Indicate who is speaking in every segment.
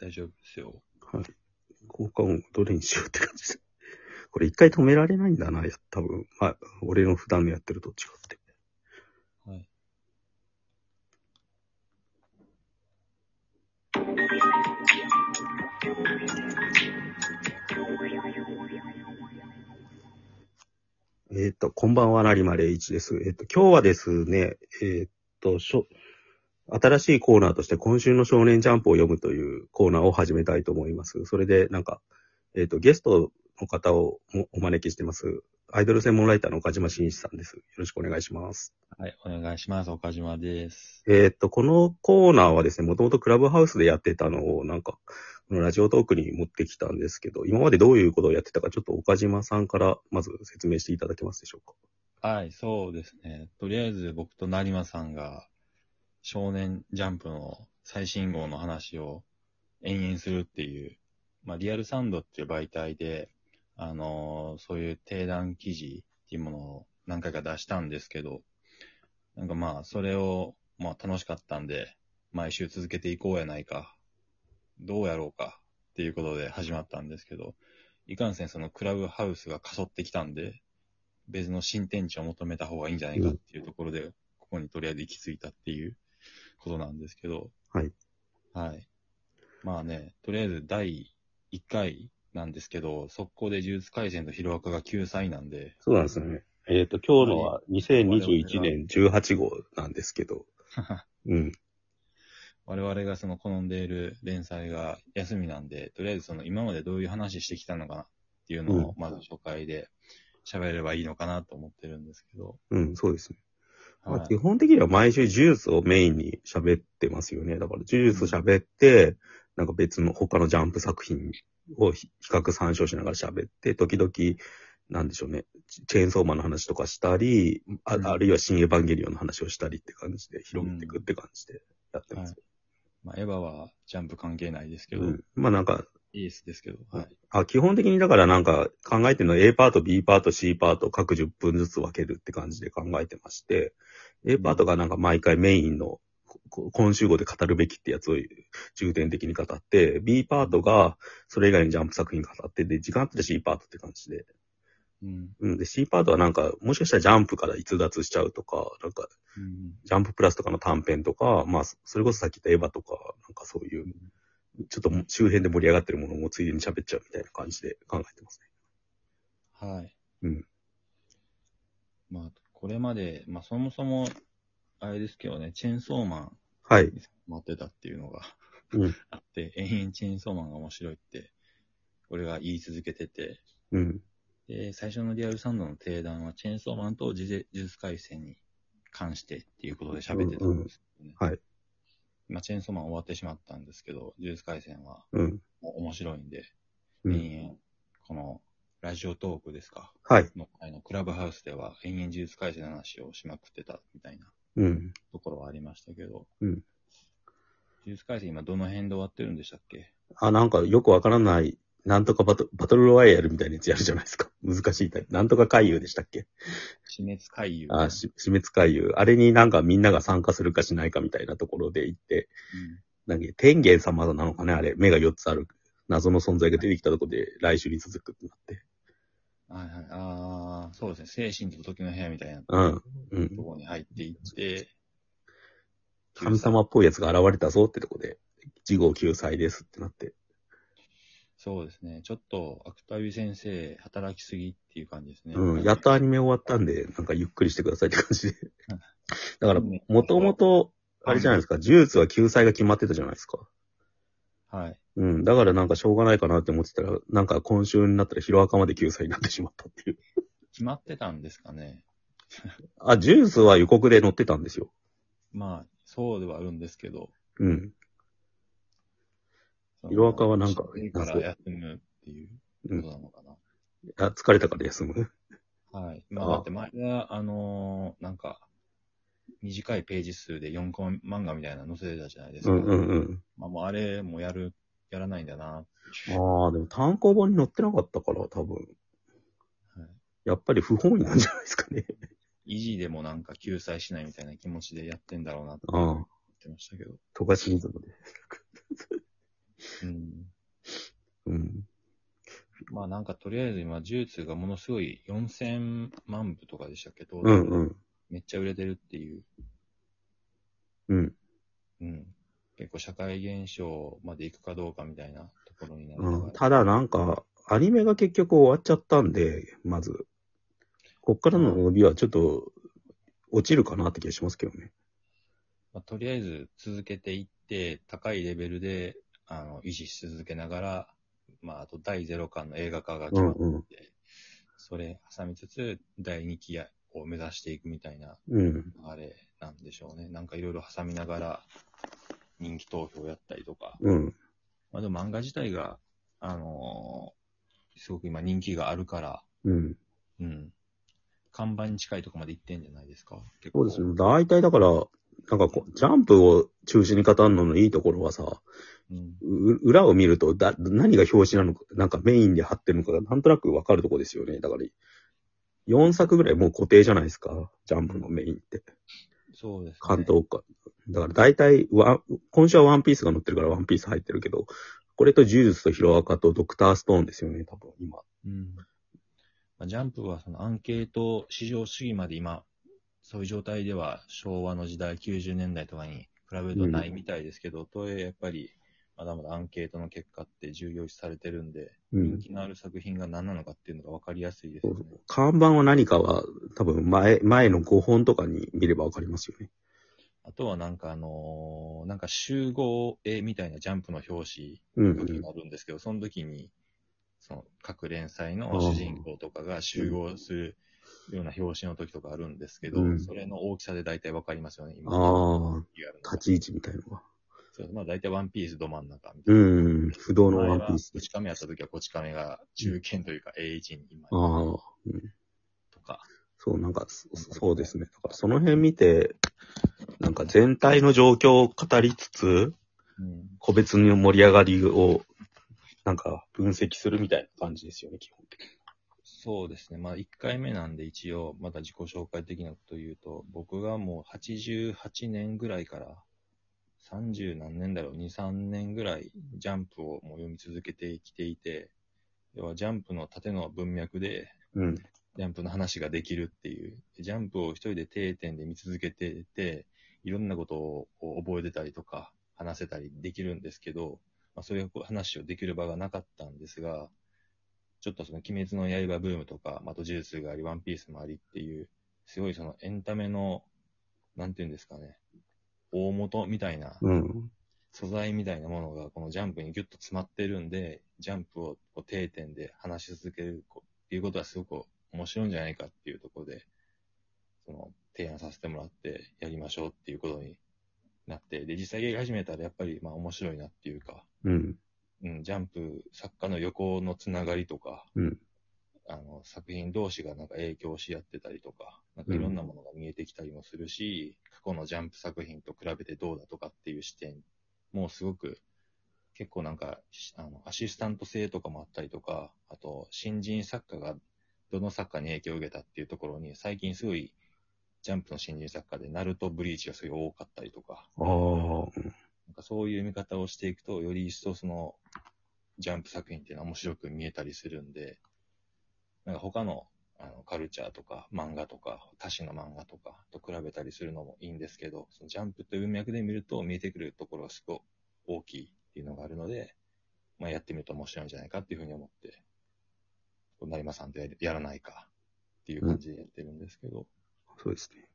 Speaker 1: 大丈夫ですよ。
Speaker 2: 効果音をどれにしようって感じ で。これ一回止められないんだな、や、多分。まあ、俺の普段のやってると違って。
Speaker 1: はい。
Speaker 2: えっ、と、こんばんは、成丸栄一です。えっ、と、今日はですね、えっ、と、しょ、新しいコーナーとして今週の少年ジャンプを読むというコーナーを始めたいと思います。それで、なんか、えっ、と、ゲストの方をおお招きしてます。アイドル専門ライターの岡島真一さんです。よろしくお願いします。
Speaker 1: はい、お願いします。岡島です。
Speaker 2: えーっと、このコーナーはですね、もともとクラブハウスでやってたのを、なんか、このラジオトークに持ってきたんですけど、今までどういうことをやってたか、ちょっと岡島さんからまず説明していただけますでしょうか。
Speaker 1: はい、そうですね。とりあえず僕と成馬さんが少年ジャンプの最新号の話を延々するっていう、まあ、リアルサウンドっていう媒体で、あのーそういう定談記事っていうものを何回か出したんですけど、なんかまあ、それを、まあ、楽しかったんで、毎週続けていこうやないか、どうやろうかっていうことで始まったんですけど、いかんせんそのクラブハウスがかそってきたんで、別の新天地を求めた方がいいんじゃないかっていうところで、ここにとりあえず行き着いたっていうことなんですけど。
Speaker 2: はい。
Speaker 1: はい。まあね、とりあえず第1回なんですけど、速攻で呪術廻戦とヒロアカが救済なんで、
Speaker 2: そうなんですよね。えーっと、今日のは2021年18号なんですけど、 うん。
Speaker 1: 我々がその好んでいる連載が休みなんで、とりあえずその今までどういう話してきたのかなっていうのをまず初回で喋ればいいのかなと思ってるんですけど。
Speaker 2: うん、そうですね。まあ
Speaker 1: はい
Speaker 2: 基本的には毎週ジュースをメインに喋ってますよね。だからジュース喋って、なんか別の他のジャンプ作品を比比較参照しながら喋って、時々、なんでしょうね、チチェーンソーマンの話とかしたり、あ,、
Speaker 1: うん
Speaker 2: あるいは新エヴァンゲリオンの話をしたりって感じで広げていくって感じでやってます。
Speaker 1: まあ、エヴァはジャンプ関係ないですけ
Speaker 2: う
Speaker 1: ど、
Speaker 2: ん、まあなんか、
Speaker 1: エースですけど、はい。
Speaker 2: あ、基本的にだからなんか考えてるのは A パート、B パート、C パート各10分ずつ分けるって感じで考えてまして、A パートがなんか毎回メインのここ今週号で語るべきってやつを重点的に語って、B パートがそれ以外のジャンプ作品語って、で、時間あったら C パートって感じで。
Speaker 1: うん。
Speaker 2: うん、で、C パートはなんか、もしかしたらジャンプから逸脱しちゃうとか、なんか、
Speaker 1: うん
Speaker 2: ジャンププラスとかの短編とか、まあ、そそれこそさっき言ったエヴァとか、なんかそういう、ちょっと周辺で盛り上がってるものもついでに喋っちゃうみたいな感じで考えてます。
Speaker 1: はい。
Speaker 2: うん。
Speaker 1: まあ、これまで、まあ、そもそも、あれですけどね、チェーンソーマン
Speaker 2: はい。
Speaker 1: 待ってたっていうのが
Speaker 2: うん
Speaker 1: あって、延々チェーンソーマンが面白いって、俺が言い続けてて、
Speaker 2: うん。
Speaker 1: で、最初のリアルサンドの定談は、チェーンソーマンとジュジュース回線に関してっていうことで喋ってたんですけどね。
Speaker 2: うんうんはい。
Speaker 1: まあ、チェーンソーマン終わってしまったんですけど、ジュース回線は
Speaker 2: うん。
Speaker 1: もう面白いんで、
Speaker 2: うん。
Speaker 1: 延々、この、ラジオトークですか、
Speaker 2: はい。
Speaker 1: の回のクラブハウスでは、延々呪術改正の話をしまくってたみたいな
Speaker 2: うん。
Speaker 1: ところはありましたけど、
Speaker 2: うん
Speaker 1: 呪術改正今どの辺で終わってるんでしたっけ
Speaker 2: あ、なんかよくわからない、なんとかバトバトルロワイヤルみたいなやつやるじゃないですか。 難しいタイプ。なんとか回遊でしたっけ
Speaker 1: 死滅回遊。
Speaker 2: あ、し死滅回遊。あれになんかみんなが参加するかしないかみたいなところで行って、なんか天元様なのかね、あれ。目が4つある。謎の存在が出てきたところで来週に続くってなって。
Speaker 1: うん。はいはい。ああ、そうですね。精神と時の部屋みたいなと
Speaker 2: うん。うん。
Speaker 1: ころに入っていって、
Speaker 2: 神様っぽいやつが現れたぞってとこで、事後救済ですってなって。
Speaker 1: そうですね。ちょっと、芥ビ先生、働きすぎっていう感じですね。
Speaker 2: うん、やっとアニメ終わったんで、なんかゆっくりしてくださいって感じで
Speaker 1: うん。
Speaker 2: だから、もともと、あれじゃないですか、呪術は救済が決まってたじゃないですか。
Speaker 1: はい。
Speaker 2: うん、だからなんかしょうがないかなって思ってたら、なんか今週になったらヒロアカまで救済になってしまったっていう。
Speaker 1: 決まってたんですかね。
Speaker 2: あ、呪術は予告で載ってたんですよ。
Speaker 1: まあ、そうではあるんですけど。
Speaker 2: うん。色赤はなんか
Speaker 1: いいから休むっていうことなのかな。
Speaker 2: あ、疲れたから休む。
Speaker 1: はい。まあ、
Speaker 2: ああ
Speaker 1: だって前は、あのーなんか、短いページ数で4コマ漫画みたいなの載せてたじゃないです
Speaker 2: う
Speaker 1: か。
Speaker 2: んうん
Speaker 1: まあ、もうあれもやる、やらないんだな。
Speaker 2: うん。ああ、でも単行本に載ってなかったから、多分。
Speaker 1: はい
Speaker 2: やっぱり不本意なんじゃないですかね。
Speaker 1: 維持でもなんか救済しないみたいな気持ちでやってんだろうなって
Speaker 2: あ
Speaker 1: 思
Speaker 2: あ
Speaker 1: ってましたけど。
Speaker 2: 富樫リズムで。
Speaker 1: うんあなんかとりあえず今、ジュースがものすごい4000万部とかでしたっけど、
Speaker 2: うんうん。
Speaker 1: めっちゃ売れてるっていう、
Speaker 2: うん。
Speaker 1: うん。結構社会現象まで行くかどうかみたいなところになる
Speaker 2: うん、
Speaker 1: から、
Speaker 2: ただなんか、アニメが結局終わっちゃったんで、まず。こっからの伸びはちょっと、落ちるかなって気がしますけどね。
Speaker 1: まあ、とりあえず続けていって、高いレベルであの維持し続けながら、まあ、あと第0巻の映画化が決
Speaker 2: うん
Speaker 1: まって、
Speaker 2: うん。
Speaker 1: それ挟みつつ、第2期を目指していくみたいな
Speaker 2: うん。
Speaker 1: あれなんでしょうね。なんかいろいろ挟みながら人気投票やったりとか。
Speaker 2: うん。
Speaker 1: まあでも漫画自体が、あのーすごく今人気があるから、
Speaker 2: うん。
Speaker 1: うん。看板に近いとこまで行ってんじゃないですか。結
Speaker 2: そうですね。大体だから、なんかこう、ジャンプを中心に語るののいいところはさ、
Speaker 1: うん。
Speaker 2: う裏を見るとだ、何が表紙なのか、なんかメインで貼ってるのかがなんとなくわかるとこですよね。だから、4作ぐらいもう固定じゃないですか。ジャンプのメインって。
Speaker 1: そうですね。
Speaker 2: 関東か。だから大体ワン、今週はワンピースが載ってるからワンピース入ってるけど、これと呪術とヒロアカとドクターストーンですよね、多分今。
Speaker 1: うん。まあ、ジャンプはそのアンケート市場主義まで今、そういう状態では昭和の時代、90年代とかに比べるとないみたいですけど、とはいえやっぱり、まだまだアンケートの結果って重要視されてるんで、
Speaker 2: う
Speaker 1: 人
Speaker 2: ん。
Speaker 1: 気のある作品が何なのかっていうのが分かりやすいです
Speaker 2: そ
Speaker 1: よ
Speaker 2: う
Speaker 1: ね。
Speaker 2: そう看板は何かは、多分前、前の5本とかに見ればわかりますよね。
Speaker 1: あとはなんかあのーなんか集合絵みたいなジャンプの表
Speaker 2: うん、
Speaker 1: 紙
Speaker 2: うん。
Speaker 1: があるんですけど、その時に、その各連載の主人公とかが集合するような表紙の時とかあるんですけど、
Speaker 2: うん
Speaker 1: それの大きさで大体わかりますよね、今。
Speaker 2: ああ、
Speaker 1: リアルな
Speaker 2: 立ち位置みたいのが。
Speaker 1: そうまあ大体ワンピースど真ん中みた
Speaker 2: う
Speaker 1: いな。
Speaker 2: ん。不動のワンピース
Speaker 1: こ
Speaker 2: で
Speaker 1: ち亀やった時はこち亀が中堅というか A1 に今
Speaker 2: ああ、
Speaker 1: とか。
Speaker 2: そう、なんか、そそうですね。だからその辺見て、なんか全体の状況を語りつつ、
Speaker 1: うん
Speaker 2: 個別の盛り上がりを、なんか、分析するみたいな感じですよね、基本的に。
Speaker 1: そうですね。まあ、1回目なんで一応、また自己紹介的なことを言うと、僕がもう88年ぐらいから、30何年だろう、2、3年ぐらい、ジャンプをもう読み続けてきていて、要はジャンプの縦の文脈で、
Speaker 2: うん。
Speaker 1: ジャンプの話ができるっていう、ジャンプを一人で定点で見続けてて、いろんなことをこう覚えてたりとか、話せたりできるんですけど、まあ、そういう話をできる場がなかったんですが、ちょっとその鬼滅の刃ブームとか、まああと呪術があり、ワンピースもありっていう、すごいそのエンタメの、なんていうんですかね、大元みたいな
Speaker 2: うん。
Speaker 1: 素材みたいなものがこのジャンプにギュッと詰まってるんで、ジャンプをこう定点で話し続けるこっていうことはすごく面白いんじゃないかっていうところで、その提案させてもらってやりましょうっていうことになって、で、実際やり始めたらやっぱりまあ面白いなっていうか、
Speaker 2: うん。
Speaker 1: うん、ジャンプ、作家の横のつながりとか、
Speaker 2: うん
Speaker 1: あの、作品同士がなんか影響し合ってたりとか、なんかいろんなものが見えてきたりもするし、過去のジャンプ作品と比べてどうだとかっていう視点もうすごく、結構なんか、しあの、アシスタント性とかもあったりとか、あと、新人作家がどの作家に影響を受けたっていうところに、最近すごい、ジャンプの新人作家で、ナルト・ブリーチがすごい多かったりとか、
Speaker 2: ああ。
Speaker 1: なんかそういう見方をしていくと、より一層その、ジャンプ作品っていうのは面白く見えたりするんで、なんか他のあのカルチャーとか漫画とか、他種の漫画とかと比べたりするのもいいんですけど、そのジャンプという文脈で見ると見えてくるところがすごい大きいっていうのがあるので、まあ、やってみると面白いんじゃないかっていうふうに思って、成馬さんとやりやらないかっていう感じでやってるんですけど、
Speaker 2: そうですね。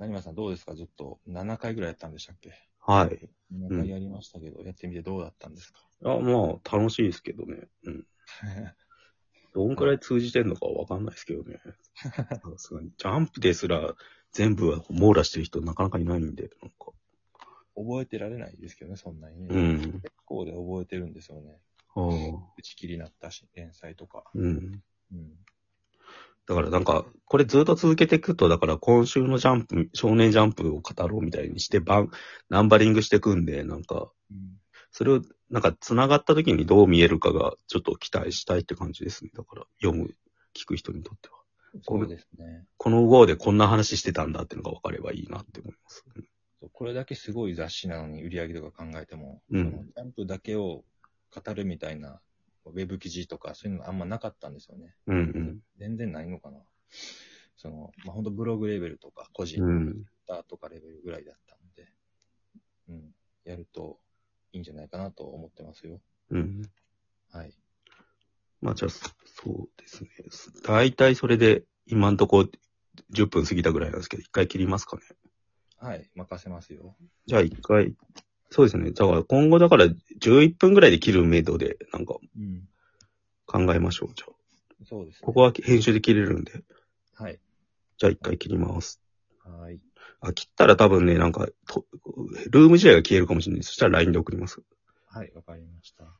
Speaker 1: 成馬さんどうですかずっと7回ぐらいやったんでしたっけ
Speaker 2: はい。
Speaker 1: 7回やりましたけど、やってみてどうだったんですか
Speaker 2: あまあ、楽しいですけどね。うん。どんくらい通じてんのかわかんないですけど ね。さすがに。ジャンプですら、全部は網羅してる人なかなかいないんで、なんか。
Speaker 1: 覚えてられないですけどね、そんなにね。
Speaker 2: うん。
Speaker 1: 結構で覚えてるんですよね。
Speaker 2: ああ。
Speaker 1: 打ち切りになったし、連載とか。
Speaker 2: うん。
Speaker 1: うん。
Speaker 2: だからなんか、これずっと続けていくと、だから今週のジャンプ、少年ジャンプを語ろうみたいにして、バン、ナンバリングしていくんで、なんか、それを、なんか繋がった時にどう見えるかが、ちょっと期待したいって感じですね。だから、読む、聞く人にとっては。
Speaker 1: そうですね。
Speaker 2: この号でこんな話してたんだっていうのが分かればいいなって思います。
Speaker 1: そうこれだけすごい雑誌なのに売り上げとか考えても、
Speaker 2: うん
Speaker 1: そのジャンプだけを語るみたいなウェブ記事とかそういうのがあんまなかったんですよね。
Speaker 2: うん
Speaker 1: 全然ないのかな。その、まあ、本当ブログレベルとか、個人
Speaker 2: うん。うん。
Speaker 1: ターとかレベルぐらいだったので、うん、やるといいんじゃないかなと思ってますよ。
Speaker 2: うん。
Speaker 1: はい。
Speaker 2: まあじゃあ、そそうですね。大体それで、今んとこ10分過ぎたぐらいなんですけど、一回切りますかね。
Speaker 1: はい、任せますよ。
Speaker 2: じゃあ一回、そうですね。だから今後だから11分ぐらいで切るメドで、なんか
Speaker 1: うん。
Speaker 2: 考えましょう。じゃあ、
Speaker 1: そうですね。
Speaker 2: ここは編集で切れるんで、
Speaker 1: はい。
Speaker 2: じゃあ一回切ります。
Speaker 1: はい。
Speaker 2: あ、切ったら多分ね、なんかと、ルーム自体が消えるかもしれない。そしたら LINE で送ります。
Speaker 1: はい、わかりました。